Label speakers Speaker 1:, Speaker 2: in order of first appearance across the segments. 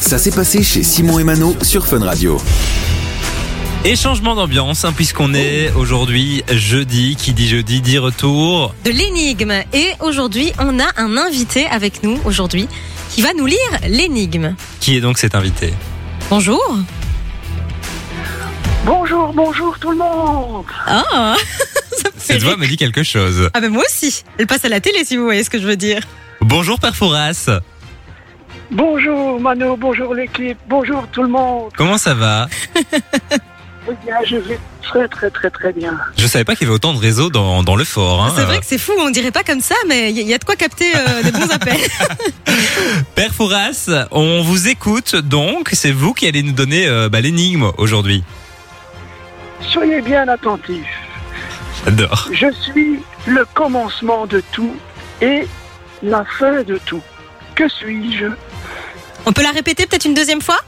Speaker 1: Ça s'est passé chez Simon et Mano sur Fun Radio.
Speaker 2: Et changement d'ambiance, hein, puisqu'on est aujourd'hui jeudi, qui dit jeudi dit retour.
Speaker 3: de l'énigme. Et aujourd'hui, on a un invité avec nous aujourd'hui qui va nous lire l'énigme.
Speaker 2: Qui est donc cet invité
Speaker 3: Bonjour.
Speaker 4: Bonjour, bonjour tout le monde.
Speaker 3: Ah, ça me fait
Speaker 2: Cette
Speaker 3: rire.
Speaker 2: voix me dit quelque chose.
Speaker 3: Ah ben moi aussi. Elle passe à la télé si vous voyez ce que je veux dire.
Speaker 2: Bonjour Père Fouras,
Speaker 4: Bonjour Mano, bonjour l'équipe, bonjour tout le monde.
Speaker 2: comment ça va
Speaker 4: Eh bien, je vais très très très très bien.
Speaker 2: Je savais pas qu'il y avait autant de réseaux dans, dans le fort. hein.
Speaker 3: c'est vrai que c'est fou, on dirait pas comme ça, mais il y, y a de quoi capter euh, des bons appels.
Speaker 2: Père Fouras, on vous écoute donc, c'est vous qui allez nous donner euh, bah, l'énigme aujourd'hui.
Speaker 4: Soyez bien attentifs.
Speaker 2: J'adore.
Speaker 4: Je suis le commencement de tout et la fin de tout. Que suis-je
Speaker 3: On peut la répéter peut-être une deuxième fois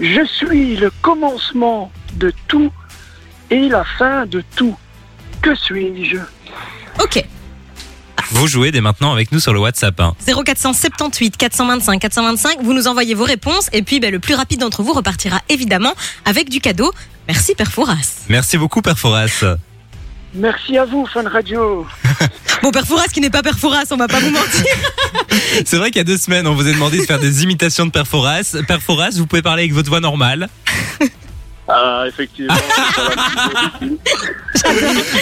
Speaker 4: Je suis le commencement de tout et la fin de tout. Que suis-je
Speaker 3: Ok.
Speaker 2: Vous jouez dès maintenant avec nous sur le WhatsApp. hein.
Speaker 3: 0478 425 425, vous nous envoyez vos réponses et puis ben, le plus rapide d'entre vous repartira évidemment avec du cadeau. Merci Père Fouras.
Speaker 2: Merci beaucoup Père Fouras.
Speaker 4: Merci à vous, Fun Radio.
Speaker 3: Bon, Père Fouras qui n'est pas Père Fouras, on va pas vous mentir.
Speaker 2: C'est vrai qu'il y a deux semaines, on vous a demandé de faire des imitations de Père Fouras. Père Fouras, vous pouvez parler avec votre voix normale.
Speaker 5: Ah, effectivement. ça va plus vite.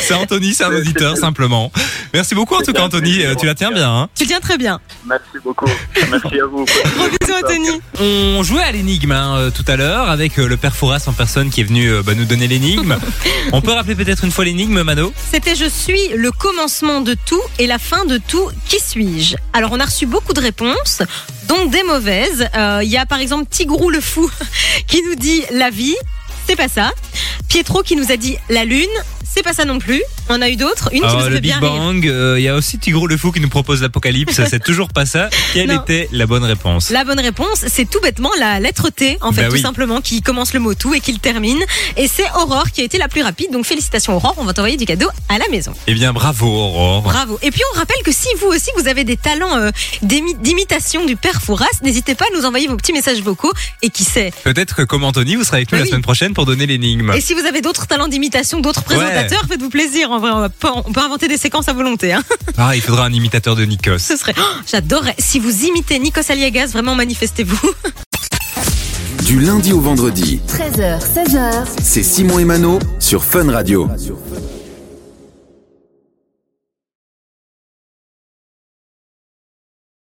Speaker 2: C'est Anthony, c'est un auditeur simplement. Merci beaucoup en tout cas Anthony, euh, tu la tiens bien. hein.
Speaker 3: Tu le tiens très bien.
Speaker 5: Merci beaucoup. Merci à vous.
Speaker 3: Gros bisous Anthony.
Speaker 2: On jouait à l'énigme hein, euh, tout à l'heure avec euh, le père Fouras en personne qui est venu euh, bah, nous donner l'énigme. On peut rappeler peut-être une fois l'énigme, Mano
Speaker 3: C'était Je suis le commencement de tout et la fin de tout. Qui suis-je Alors, on a reçu beaucoup de réponses, dont des mauvaises. Euh, Il y a par exemple Tigrou le fou qui nous dit la vie, c'est pas ça. Pietro qui nous a dit la lune, c'est pas ça non plus. On a eu d'autres. Une qui
Speaker 2: Alors,
Speaker 3: nous
Speaker 2: Ah, Le
Speaker 3: fait bien
Speaker 2: Big
Speaker 3: rire.
Speaker 2: Bang, euh, il y a aussi Tigrou le Fou qui nous propose l'apocalypse, c'est toujours pas ça. Quelle
Speaker 3: Non.
Speaker 2: était la bonne réponse
Speaker 3: La bonne réponse, c'est tout bêtement la lettre T, en fait,
Speaker 2: Bah
Speaker 3: tout
Speaker 2: oui.
Speaker 3: simplement, qui commence le mot tout et qui le termine. Et c'est Aurore qui a été la plus rapide. Donc félicitations Aurore, on va t'envoyer du cadeau à la maison.
Speaker 2: Eh bien bravo Aurore.
Speaker 3: Bravo. Et puis on rappelle que si vous aussi vous avez des talents euh, d'imi- d'imitation du père Fouras, n'hésitez pas à nous envoyer vos petits messages vocaux. Et qui sait
Speaker 2: Peut-être que comme Anthony, vous serez avec nous
Speaker 3: Bah
Speaker 2: la
Speaker 3: oui.
Speaker 2: semaine prochaine pour donner l'énigme.
Speaker 3: Et si vous avez d'autres talents d'imitation, d'autres
Speaker 2: Ouais.
Speaker 3: présentateurs, faites-vous plaisir. En vrai, on, va pas- on peut inventer des séquences à volonté. Hein.
Speaker 2: Ah, il faudra un imitateur de Nikos.
Speaker 3: Ce serait. Oh, J'adorerais. Si vous imitez Nikos Aliagas, vraiment manifestez-vous.
Speaker 1: Du lundi au vendredi,
Speaker 6: 13h, 16h,
Speaker 1: c'est Simon et Mano sur Fun Radio.